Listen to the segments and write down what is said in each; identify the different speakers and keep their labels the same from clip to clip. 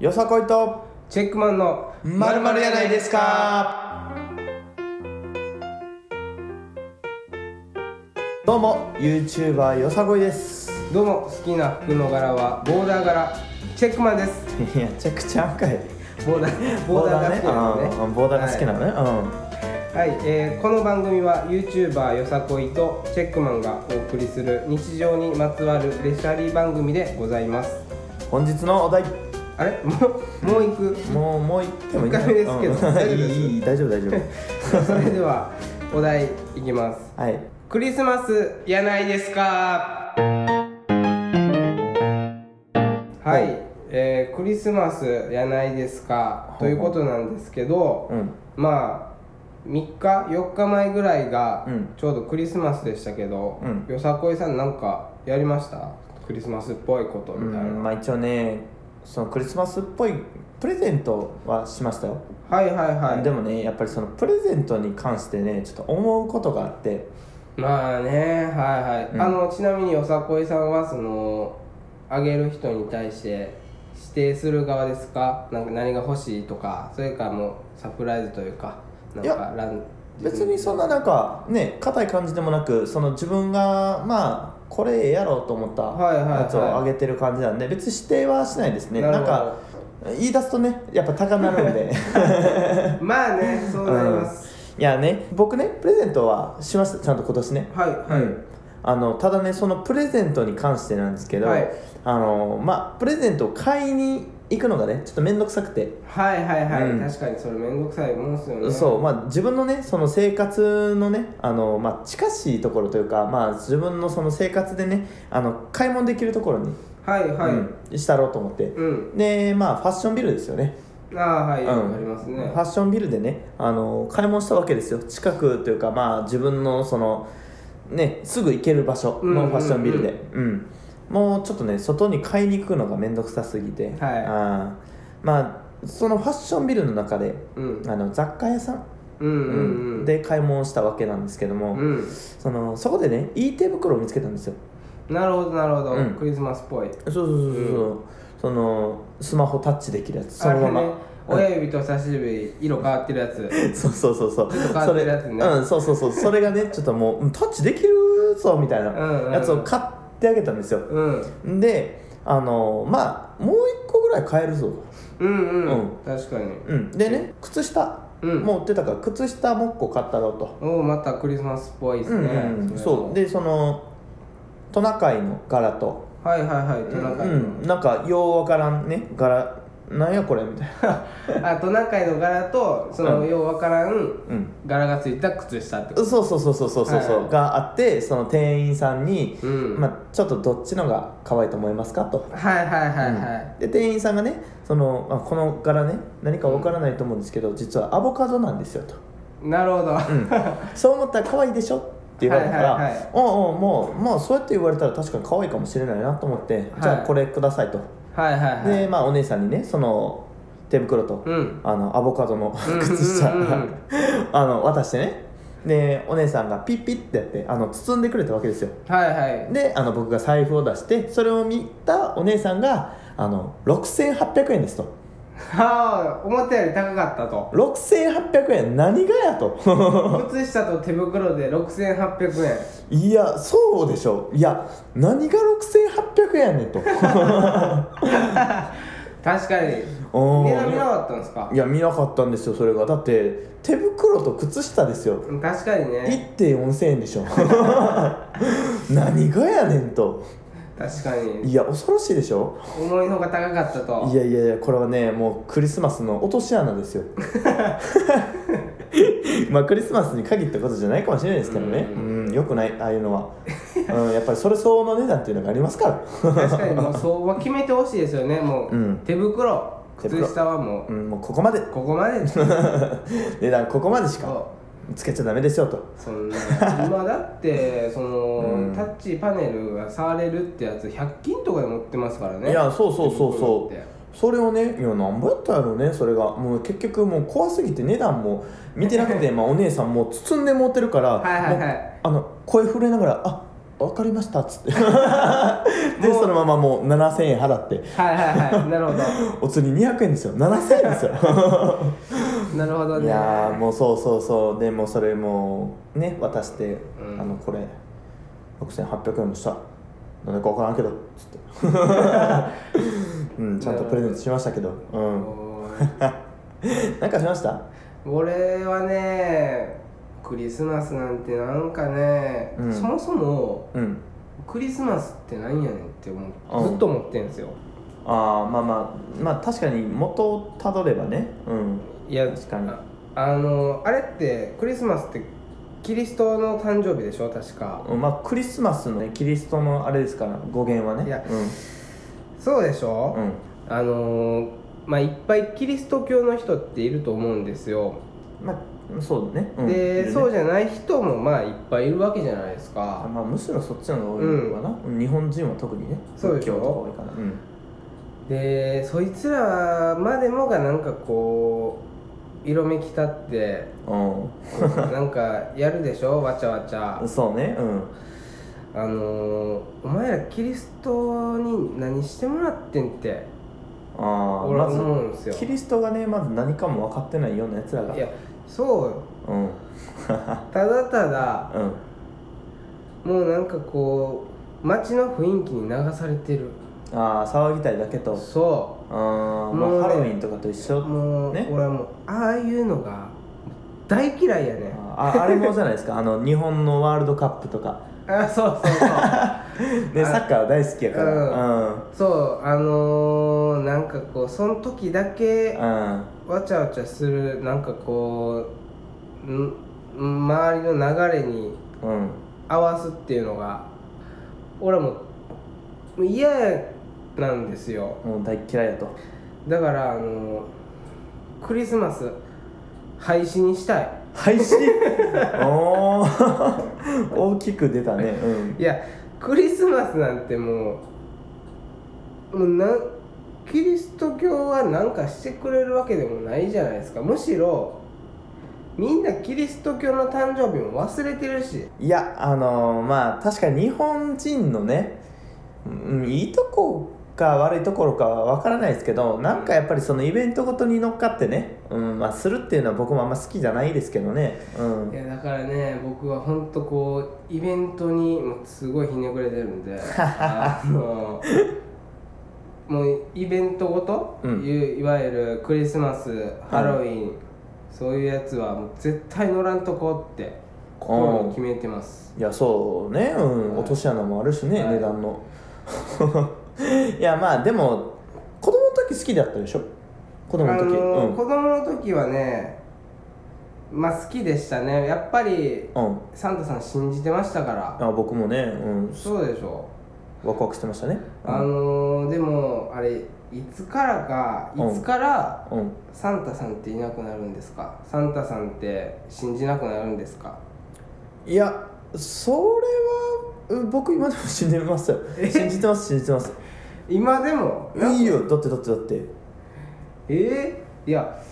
Speaker 1: よさこいと
Speaker 2: チェックマンの
Speaker 1: まるまるやないですかどうも YouTuber よさこいです
Speaker 2: どうも好きな服の柄はボーダー柄チェックマンです
Speaker 1: いやめちゃくちゃ赤い
Speaker 2: ボーダーボーダーが好きなのね
Speaker 1: うんボーダーが好きなのね、
Speaker 2: はい、はいえーこの番組は YouTuber よさこいとチェックマンがお送りする日常にまつわるレシャリ番組でございます
Speaker 1: うん本日のお題
Speaker 2: あれもうもう行く
Speaker 1: もうもう言ってもいい
Speaker 2: 深めですけど
Speaker 1: うん
Speaker 2: 大丈夫です
Speaker 1: いいいい大丈夫大丈
Speaker 2: それではお題いきます
Speaker 1: 夫はい
Speaker 2: クリスマスやないですかは
Speaker 1: はい
Speaker 2: い、えークリスマスやないですかということなんですけど、
Speaker 1: うん
Speaker 2: まあ3日4日前ぐらいが
Speaker 1: うん
Speaker 2: ちょうどクリスマスでしたけど、
Speaker 1: うん
Speaker 2: よさこいさんなんかやりましたクリスマスっぽいこと
Speaker 1: う
Speaker 2: みたいな、
Speaker 1: んまあ一応ねそのクリスマスっぽいプレゼントはしましたよ
Speaker 2: はいはいはい
Speaker 1: でもねやっぱりそのプレゼントに関してねちょっと思うことがあって
Speaker 2: まあねはいはい、
Speaker 1: うん
Speaker 2: あのちなみによさこいさんはそのあげる人に対して指定する側ですかなんか何が欲しいとかそれかもうサプライズというかなん
Speaker 1: い
Speaker 2: か
Speaker 1: や
Speaker 2: ラン
Speaker 1: 別にそんななんかね硬い感じでもなくその自分がまあこれええやろうと思った
Speaker 2: はいはいはい
Speaker 1: やつをあげてる感じなんで別に指定はしないですね
Speaker 2: なる
Speaker 1: な
Speaker 2: ほ
Speaker 1: ん
Speaker 2: ど
Speaker 1: か言い出すとねやっぱ高なるん で
Speaker 2: まあねそうなります、
Speaker 1: いやね僕ねプレゼントはしましたちゃんと今年ね
Speaker 2: はいはい、
Speaker 1: あのただねそのプレゼントに関してなんですけど、
Speaker 2: はい
Speaker 1: あのまあプレゼントを買いに行くのがねちょっと面倒くさくて
Speaker 2: はいはいはい、
Speaker 1: うん
Speaker 2: 確かにそれめんどくさいもんっすよね
Speaker 1: そうまあ、自分のねその生活のねあの、まあ、近しいところというか、まあ、自分のその生活でねあの買い物できるところに、
Speaker 2: はいはい、うん、
Speaker 1: うんしたろうと思って、でまあファッションビルですよね、
Speaker 2: ああはい、
Speaker 1: うん
Speaker 2: あります
Speaker 1: フ
Speaker 2: ね
Speaker 1: ァッションビルでねあの買い物したわけですよ近くというか、まあ、自分のその、ね、すぐ行ける場所
Speaker 2: うんうんう
Speaker 1: の
Speaker 2: ん
Speaker 1: ファッションビルで、うんもうちょっとね外に買いに行くのが面倒くさすぎて、
Speaker 2: はい
Speaker 1: あーまあそのファッションビルの中で
Speaker 2: うん
Speaker 1: あの雑貨屋さん
Speaker 2: うんうんうん
Speaker 1: で買い物をしたわけなんですけども、
Speaker 2: うん
Speaker 1: そのそこでねいい手袋を見つけたんですよ
Speaker 2: なるほどなるほど、
Speaker 1: うん
Speaker 2: クリスマスっぽい
Speaker 1: そうそうそうそう、そのスマホタッチできるやつそ
Speaker 2: あれ
Speaker 1: のま
Speaker 2: ね
Speaker 1: ま、
Speaker 2: 親指と差し指色変わってるやつ
Speaker 1: そうそうそうそう
Speaker 2: ちょっと変わっ
Speaker 1: そ
Speaker 2: て
Speaker 1: れ
Speaker 2: るやつね
Speaker 1: うんそうそうそうそれがねちょっともううんタッチできるぞみたいな
Speaker 2: うんうん
Speaker 1: やつを買ってあげたんですよ、
Speaker 2: うん
Speaker 1: であのまあもう一個ぐらい買えるぞ
Speaker 2: うんうん、
Speaker 1: うん
Speaker 2: 確かに
Speaker 1: うんでね靴下
Speaker 2: うん
Speaker 1: もう売ってたから靴下もう一個買ったろうと
Speaker 2: おおまたクリスマスっぽいです
Speaker 1: うん
Speaker 2: ね、
Speaker 1: うん、
Speaker 2: れは
Speaker 1: そうでそのトナカイの柄と
Speaker 2: はいはいはいトナカイの、
Speaker 1: うん、なんかようわからんね柄なんやこれみたいな
Speaker 2: あトナカイの柄とその、
Speaker 1: う
Speaker 2: ようわからん
Speaker 1: うん
Speaker 2: 柄がついた靴下ってこ
Speaker 1: そうそうそうそうそうそう、
Speaker 2: はい
Speaker 1: があってその店員さんに、
Speaker 2: とうん、
Speaker 1: まあ、ちょっとどっちのが可愛いと思いますかと、
Speaker 2: はいはいはいはい、
Speaker 1: で店員さんがねそのあこの柄ね何かわからないと思うんですけど、実はアボカドなんですよと、
Speaker 2: なるほど、
Speaker 1: うん、そう思ったら可愛いでしょって言われたから、
Speaker 2: はいはいはい
Speaker 1: おうおうもうもうそうやって言われたら確かに可愛いかもしれないなと思って、じゃあこれくださいと
Speaker 2: はいはいはい
Speaker 1: でまあお姉さんにねその手袋と、
Speaker 2: うん
Speaker 1: あのアボカドの
Speaker 2: うん
Speaker 1: 靴下
Speaker 2: うんうんうん
Speaker 1: あの渡してねでお姉さんがピッピッってやってあの包んでくれたわけですよ
Speaker 2: はいはい
Speaker 1: であの僕が財布を出してそれを見たお姉さんがあの6800円ですと
Speaker 2: はあ思ったより高かっ たと
Speaker 1: 6800円何がやと
Speaker 2: 靴下と手袋で6800円
Speaker 1: いやそうでしょいや何が6800円や ねんと
Speaker 2: 確かに
Speaker 1: おー
Speaker 2: 値段見なかったんですか
Speaker 1: いや見なかったんですよそれがだって手袋と靴下ですよ
Speaker 2: うん確かにね
Speaker 1: 1.4000円でしょ 何がやねんと
Speaker 2: 確かに
Speaker 1: いや恐ろしいでしょ
Speaker 2: 思いのほが高かったと
Speaker 1: いやいやいやこれはねもうクリスマスの落とし穴 ですよまあクリスマスに限ったことじゃないかもしれないですけどね
Speaker 2: う
Speaker 1: うんよくないああいうのは、うん、やっぱりそれ相応の値段っていうのがありますから
Speaker 2: 確かにもうそうは決めてほしいですよねもう、
Speaker 1: うん
Speaker 2: 手袋
Speaker 1: 手
Speaker 2: 靴
Speaker 1: 袋
Speaker 2: 下はも
Speaker 1: う
Speaker 2: う、
Speaker 1: んもうここまで
Speaker 2: ここまでです
Speaker 1: 値段ここまでしか
Speaker 2: そ
Speaker 1: つけちゃダメですよと
Speaker 2: うそんな今だってその、
Speaker 1: うん
Speaker 2: タッチパネルが触れるってやつ100均とかで持ってますからね
Speaker 1: いやそうそうそう
Speaker 2: 手袋
Speaker 1: そ
Speaker 2: って
Speaker 1: うそれをねいやなんぼやったんやろうねそれがもう結局もう怖すぎて値段も 見てなくて、まあ、お姉さんもう包んで持ってるから
Speaker 2: はいはいはい
Speaker 1: もうあの声震えながら「ああ分かりました」っつって でそのままもう7000円払って
Speaker 2: はいは いはいなるほ
Speaker 1: お釣り200円ですよ7000円 ですよ
Speaker 2: どなるほどね
Speaker 1: いやーもうそうそうそうでもうそれもうね渡して、
Speaker 2: うん
Speaker 1: あのこれ6800円もしたなんでか分からんけどっつ ってうんちゃんとプレゼントしましたけどう
Speaker 2: うんん
Speaker 1: なんかしました
Speaker 2: 俺はねクリスマスなんてなんかね、
Speaker 1: うん
Speaker 2: そもそも
Speaker 1: うん
Speaker 2: クリスマスってなんやねんって思う
Speaker 1: うん
Speaker 2: ずっと思ってんすよ
Speaker 1: ああまあまあまあ確かに元をたどればねうん
Speaker 2: いや
Speaker 1: 確かに
Speaker 2: ああのあれってクリスマスってキリストの誕生日でしょ確か
Speaker 1: うんまあクリスマスのねキリストのあれですから語源はね
Speaker 2: いや
Speaker 1: う
Speaker 2: そうでしょ、
Speaker 1: んうん
Speaker 2: あのまあいっぱいキリスト教の人っていると思うんですよ、
Speaker 1: まあそうだね、うん、いる
Speaker 2: で
Speaker 1: ね
Speaker 2: そうじゃない人もまあいっぱいいるわけじゃないです
Speaker 1: あ
Speaker 2: か
Speaker 1: まあむしろそっちの方が多いのかな、日本人は特にね
Speaker 2: そうで
Speaker 1: 仏
Speaker 2: しょ
Speaker 1: 教とか多いからうん
Speaker 2: でそいつらまでもがなんかこう色めきたってなんかやるでしょわちゃわちゃ
Speaker 1: うんそうねうん
Speaker 2: あのー、お前らキリストに何してもらってんって
Speaker 1: ああ
Speaker 2: 俺は
Speaker 1: ま
Speaker 2: 思うんです
Speaker 1: ず
Speaker 2: よ
Speaker 1: キリストがねまず何かも分かってないようなやつらが
Speaker 2: いやそうよ
Speaker 1: うん
Speaker 2: ただただ
Speaker 1: うん
Speaker 2: もうなんかこう街の雰囲気に流されてる
Speaker 1: ああ騒ぎたいだけと
Speaker 2: そ
Speaker 1: あーまあ
Speaker 2: もうね
Speaker 1: ハロウィンとかと一緒
Speaker 2: うもう、
Speaker 1: ね
Speaker 2: 俺はもうああいうのが大嫌いやねん
Speaker 1: ああれもじゃない ですかあの日本のワールドカップとか、
Speaker 2: あそう そうそう
Speaker 1: ね、サッカー大好きやからうん
Speaker 2: そうあのー、なんかこうその時だけ
Speaker 1: うん
Speaker 2: わちゃわちゃするなんかこうんん周りの流れに
Speaker 1: うん
Speaker 2: 合わすっていうのが俺はもうもう嫌なんですよ
Speaker 1: もう大っ嫌いやと
Speaker 2: だからあのー、クリスマス廃止にしたい
Speaker 1: 廃止 おお大きく出たねうん
Speaker 2: いやクリスマスなんてもうもうなんキリスト教は何かしてくれるわけでもないじゃないですかむしろみんなキリスト教の誕生日も忘れてるし
Speaker 1: いやあのーまあ確かに日本人のね、うん、いいとこか悪いところかは分からないですけどなんかやっぱりそのイベントごとに乗っかってね、うんまあ、するっていうのは僕もあんま好きじゃないですけどね、うん
Speaker 2: い、やだからね僕は本当こうイベントにもうすごいひねくれてる んであのもうイベントごと、
Speaker 1: うん
Speaker 2: いいわゆるクリスマスハロウィン、そういうやつはもう絶対乗らんとこって心に決めてます
Speaker 1: いやそうねうん、
Speaker 2: はい
Speaker 1: 落とし穴もあるしね、
Speaker 2: はい
Speaker 1: 値段の いやまあでも子供の時好きだったでしょ子供の時
Speaker 2: あの
Speaker 1: うん
Speaker 2: 子供の時はねまあ好きでしたねやっぱり
Speaker 1: うん
Speaker 2: サンタさん信じてましたから
Speaker 1: あ僕もね、うん、
Speaker 2: そうでしょ
Speaker 1: ワクワクしてましたね
Speaker 2: う、あのでもあれいつからかいつから
Speaker 1: うん、うん、
Speaker 2: サンタさんっていなくなるんですかサンタさんって信じなくなるんですか
Speaker 1: いやそれはうん僕今でも信じますよ
Speaker 2: え
Speaker 1: 信じてます信じてます
Speaker 2: 今でも
Speaker 1: いいよだってだってだって
Speaker 2: えー、いや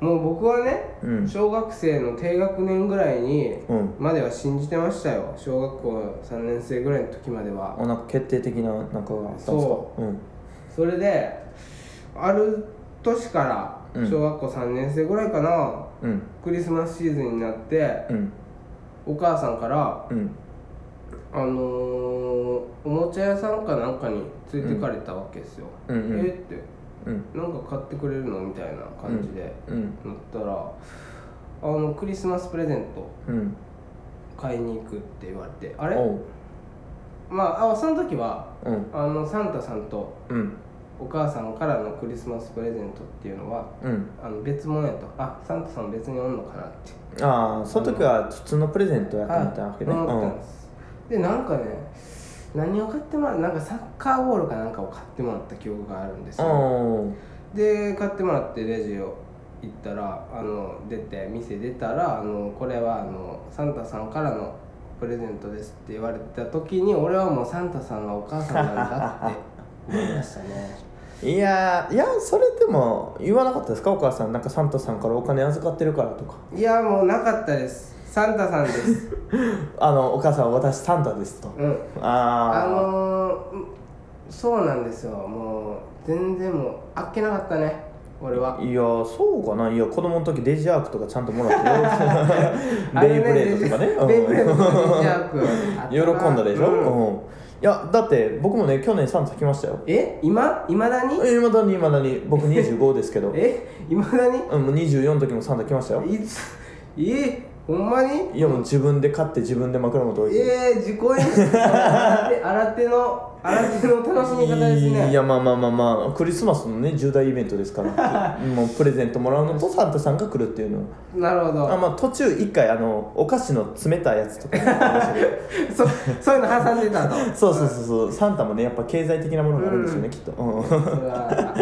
Speaker 2: もう僕はね、
Speaker 1: うん
Speaker 2: 小学生の低学年ぐらいに
Speaker 1: うん
Speaker 2: までは信じてましたよ小学校3年生ぐらいの時までは
Speaker 1: あなんか決定的ななんかがあったんですか、
Speaker 2: そう
Speaker 1: ん、
Speaker 2: それである年から
Speaker 1: うん
Speaker 2: 小学校3年生ぐらいかな、
Speaker 1: うん
Speaker 2: クリスマスシーズンになって
Speaker 1: うん
Speaker 2: お母さんから
Speaker 1: うん
Speaker 2: あのー、おもちゃ屋さんかなんかに連れてかれたわけですよ、
Speaker 1: うんうん
Speaker 2: えーって
Speaker 1: うん
Speaker 2: なんか買ってくれるのみたいな感じで、
Speaker 1: うん
Speaker 2: なったらあのクリスマスプレゼント
Speaker 1: うん
Speaker 2: 買いに行くって言われてあれ
Speaker 1: おう
Speaker 2: まああその時は
Speaker 1: うん
Speaker 2: あのサンタさんと
Speaker 1: うん
Speaker 2: お母さんからのクリスマスプレゼントっていうのは
Speaker 1: うん
Speaker 2: あの別物やとあサンタさん別におんのかなって
Speaker 1: ああその時は普通のプレゼントやと思ったわけね、
Speaker 2: はい思ったんです、でなんかね何を買ってもらうなんかサッカーボールかなんかを買ってもらった記憶があるんです
Speaker 1: う
Speaker 2: よ
Speaker 1: んうん
Speaker 2: で買ってもらってレジを行ったらあの出て店出たらあのこれはあのサンタさんからのプレゼントですって 言われた時に俺はもうサンタさんがお母さんなんだって思いましたね
Speaker 1: いやーいやそれでも言わなかったですかお母さんなんかサンタさんからお金預かってるからとか
Speaker 2: いやもうなかったですサンタさんです
Speaker 1: あのお母さん私サンタですと
Speaker 2: うんあ
Speaker 1: あ
Speaker 2: のー、そうなんですよもう全然もうあっけなかったね俺はい
Speaker 1: やーそうかないや子供の時デジアークとかちゃんともら ってベイブレードとかね
Speaker 2: あれデジベイブレードとか
Speaker 1: うん
Speaker 2: デジャークあった
Speaker 1: 喜んだでしょ、
Speaker 2: うん
Speaker 1: うんいやだって僕もね去年サンタ来ましたよ
Speaker 2: え今いまだに
Speaker 1: いまだにいまだに僕25ですけど
Speaker 2: えいまだに
Speaker 1: うんもう24の時もサンタ来ましたよ
Speaker 2: いつえほんまに
Speaker 1: いやもう自分で買って自分で枕元置いて、
Speaker 2: えー、自己演出洗手洗手の洗手の楽しみ方ですね
Speaker 1: いやまあまあまあまあクリスマスのね重大イベントですからもうプレゼントもらうのとサンタさんが来るっていうの
Speaker 2: なるほ
Speaker 1: あ
Speaker 2: ど
Speaker 1: まあ途中一回あのお菓子の詰めたやつとかもありましたけど
Speaker 2: そそういうの挟んでたと
Speaker 1: そうそうそうそうサンタもねやっぱ経済的なものがあるんですよね、
Speaker 2: うん
Speaker 1: きっと、うん
Speaker 2: それは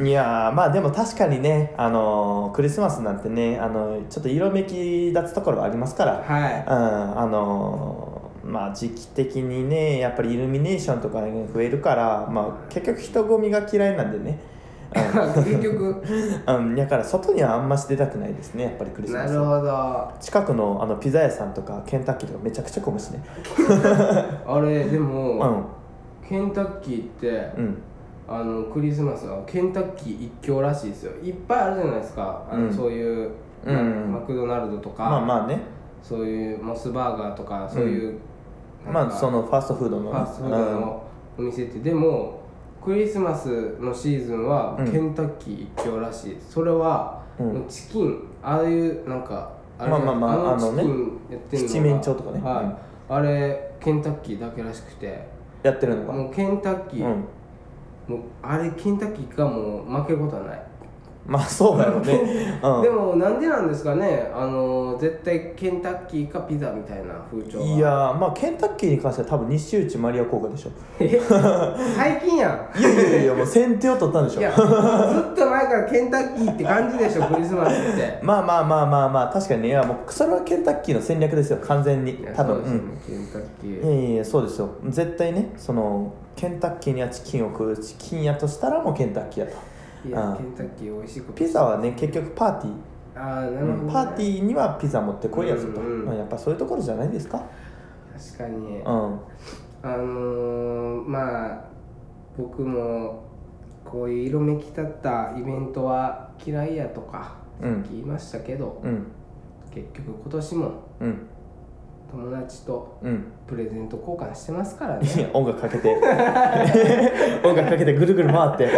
Speaker 2: い
Speaker 1: やーまあでも確かにね、あのークリスマスなんてね、あのーちょっと色めき立つところはありますから、
Speaker 2: はい
Speaker 1: うんあのーまあ、時期的にねやっぱりイルミネーションとかね増えるから、まあ、結局人混みが嫌いなんでね、
Speaker 2: 結局
Speaker 1: うん、だから外にはあんまし出たくないですねやっぱりクリス
Speaker 2: な
Speaker 1: マス
Speaker 2: る
Speaker 1: は
Speaker 2: ほど
Speaker 1: 近くのあのピザ屋さんとかケンタッキーとかめちゃくちゃ混むしね
Speaker 2: あれでも、
Speaker 1: うん
Speaker 2: ケンタッキーって、
Speaker 1: うん
Speaker 2: あのクリスマスはケンタッキー一強らしいですよいっぱいあるじゃないですかあの、
Speaker 1: うん
Speaker 2: そういう、
Speaker 1: うんうん
Speaker 2: ママクドナルドとか、
Speaker 1: まあまあね
Speaker 2: そういうモスバーガーとかそういう、な
Speaker 1: ま
Speaker 2: んか
Speaker 1: あそのファーストフード
Speaker 2: フ
Speaker 1: の
Speaker 2: ァーストフードのお店って、でもクリスマスのシーズンは
Speaker 1: うん
Speaker 2: ケンタッキー一強らしい、それは、
Speaker 1: うん
Speaker 2: もうチキンああいうなんかれ
Speaker 1: まあまあまあ
Speaker 2: のチキンやってんのが
Speaker 1: 七面鳥とかね
Speaker 2: はいあれケンタッキーだけらしくて
Speaker 1: やってるのが
Speaker 2: もうケンタッキー、
Speaker 1: うん
Speaker 2: もうあれケンタッキーがもう負けることはない、
Speaker 1: まあそうだろう ね。うん、
Speaker 2: でもなんでなんですかねあの絶対ケンタッキーかピザみたいな風潮が
Speaker 1: いやーまあケンタッキーに関しては多分西内マリア効果でしょ。
Speaker 2: 最近や
Speaker 1: いやいやいやもう先手を取ったんでし
Speaker 2: ん
Speaker 1: ょ。
Speaker 2: いやずっと前からケンタッキーって感じでしょクリスマスって
Speaker 1: まあまあまあまあまあ確かにねいやもうそれはケンタッキーの戦略ですよ完全に
Speaker 2: いや
Speaker 1: 多
Speaker 2: そう
Speaker 1: 分。
Speaker 2: ですよね、ケンタッキ
Speaker 1: うん。
Speaker 2: ー
Speaker 1: いやいやそうですよ絶対ねそのケンタッキーにはチキンを食うチキンやとしたらもうケンタッキーやと
Speaker 2: いや
Speaker 1: うん
Speaker 2: ケンタッキー美味しいこと
Speaker 1: ピザはね結局パーティー、
Speaker 2: ああなるほど、ね、
Speaker 1: パーティーにはピザ持ってこいやつと、
Speaker 2: うんうん
Speaker 1: まあやっぱそういうところじゃないですか
Speaker 2: 確かに
Speaker 1: うん
Speaker 2: あのー、まあ僕もこういう色めき立ったイベントは嫌いやとか
Speaker 1: う
Speaker 2: さ
Speaker 1: ん
Speaker 2: っき言いましたけど、
Speaker 1: うん
Speaker 2: 結局今年も
Speaker 1: うん
Speaker 2: 友達と
Speaker 1: うん
Speaker 2: プレゼント交換してますから
Speaker 1: い
Speaker 2: ね
Speaker 1: や音楽かけて音楽かけてぐるぐる回って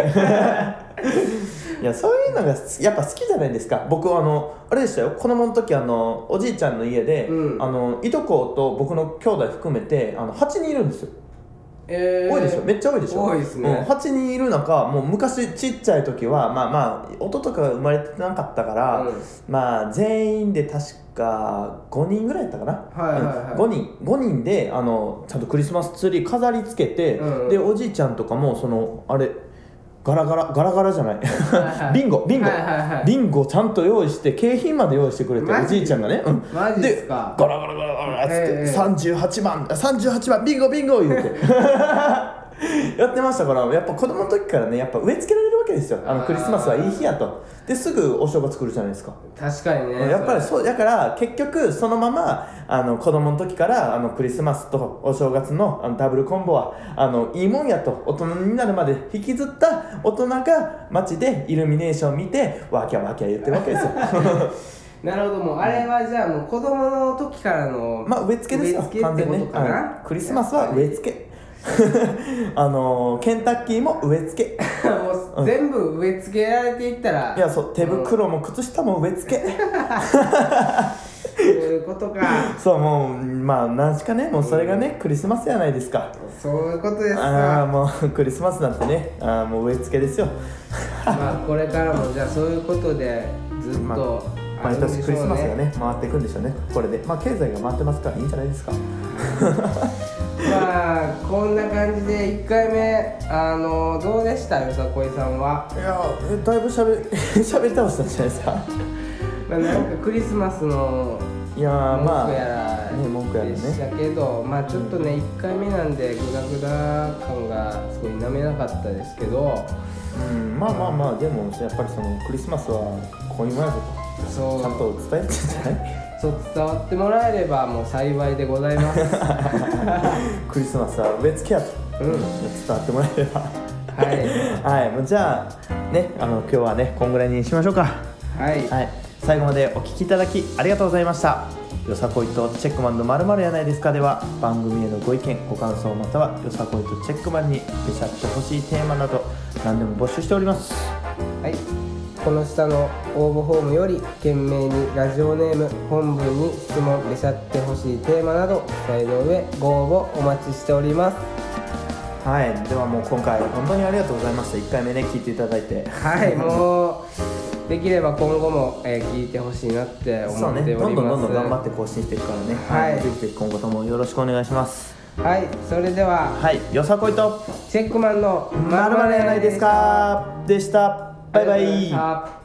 Speaker 1: いやそういうのがすやっぱ好きじゃないですか僕あのあれでしたよ子供の時あのおじいちゃんの家で、
Speaker 2: うん
Speaker 1: あのいとこと僕の兄弟含めてあの8人いるんですよ、
Speaker 2: えー
Speaker 1: 多いでしょめっちゃ多いでしょ
Speaker 2: 多いですね
Speaker 1: うん、8人いる中もう昔ちっちゃい時はまあまあ弟とか生まれてなかったから、
Speaker 2: うん
Speaker 1: まあ全員で確か5人ぐらいやったかな、
Speaker 2: はいはいはい
Speaker 1: 5人5人であのちゃんとクリスマスツリー飾りつけて、
Speaker 2: うんうん
Speaker 1: でおじいちゃんとかもそのあれガラガラガラガラじゃない
Speaker 2: はいは い
Speaker 1: ビンゴビンゴ、
Speaker 2: はいはいはい
Speaker 1: ビンゴちゃんと用意して景品まで用意してくれて
Speaker 2: マ
Speaker 1: お
Speaker 2: ジ
Speaker 1: じいちゃんがね、うん、
Speaker 2: マジっすか
Speaker 1: ガラガラガラガラっつって、
Speaker 2: ええ
Speaker 1: 38番38番ビンゴビンゴ言う てやってましたからやっぱ子供の時からねやっぱ植え付けられるわけですよあのクリスマスはいい日やとですぐお正月来るじゃないですか
Speaker 2: 確かにね
Speaker 1: やっぱり
Speaker 2: う
Speaker 1: そうだから結局そのままあの子供の時からあのクリスマスとお正月のあのダブルコンボはあのいいもんやと大人になるまで引きずった大人が街でイルミネーション見てわきゃわきゃ言ってるわけですよ
Speaker 2: なるほどもうあれはじゃあもう子供の時からの
Speaker 1: まあ植え付けですよ
Speaker 2: 植え付け
Speaker 1: 完
Speaker 2: って
Speaker 1: 全
Speaker 2: こ
Speaker 1: にね
Speaker 2: とかな、
Speaker 1: うんクリスマスは植え付け あのケンタッキーも植え付け
Speaker 2: けもう全部植え付けられていったら
Speaker 1: いやそう手袋も靴下も植え付け
Speaker 2: そういうことか
Speaker 1: そうもうまあ何しかねもうそれがねクリスマスやないですか
Speaker 2: そういうことです
Speaker 1: ああ
Speaker 2: か
Speaker 1: もうクリスマスなんてねあーもう植え付けですよ
Speaker 2: まあこれからもじゃあそういうことでずっ
Speaker 1: ま
Speaker 2: とある
Speaker 1: 毎
Speaker 2: んでしょう
Speaker 1: 年
Speaker 2: ね
Speaker 1: クリスマスがね回っていくんでしょうねこれでまあ経済が回ってますからいいんじゃないですか
Speaker 2: まあこんな感じで1回目あのどうでしたよさこいさんは、
Speaker 1: いやーえだいぶしゃべしゃべり 倒したんじゃないですか
Speaker 2: まあ、なんかクリスマスの
Speaker 1: いやーま
Speaker 2: 文句やら
Speaker 1: あね文句やる
Speaker 2: でし
Speaker 1: ね
Speaker 2: たけど、まあちょっとね1回目なんでグダグダ感がすごい否めなかったですけど
Speaker 1: うんまあまあまあでもやっぱりそのクリスマスはこういうもんやぞ
Speaker 2: そ
Speaker 1: と
Speaker 2: う
Speaker 1: ちゃんと伝えてんじゃない
Speaker 2: そう伝わってもらえればもう幸いでございますは
Speaker 1: クリスマスは植え付けやと、
Speaker 2: うん
Speaker 1: 伝わってもらえれ ば
Speaker 2: い
Speaker 1: はいもうじゃあねあの今日はねこんぐらいにしましょうか
Speaker 2: はい
Speaker 1: はい、最後までお聞きいただきありがとうございました。よさこいとチェックマンのまるやないですかでは番組へのご意見ご感想またはよさこいとチェックマンにべしゃってほしいテーマなど何でも募集しております
Speaker 2: はい、この下の応募フォームより懸命にラジオネーム本文に質問べしゃってほしいテーマなど記載の上ご応募お待ちしております
Speaker 1: はいではもう今回本当にありがとうございました1回目ね聞いていただいて
Speaker 2: はいもうできれば今後も、えー聞いてほしいなって思
Speaker 1: そう
Speaker 2: っ
Speaker 1: ね
Speaker 2: てお
Speaker 1: ど
Speaker 2: り
Speaker 1: んどん
Speaker 2: ま
Speaker 1: ど
Speaker 2: す
Speaker 1: んどん頑張って更新していくからね
Speaker 2: はい
Speaker 1: ぜひぜひ今後ともよろしくお願いします
Speaker 2: はいそれでは
Speaker 1: はいよさこいと
Speaker 2: チェックマンの
Speaker 1: まるやないですかでしたバイバイ
Speaker 2: ありがとうございました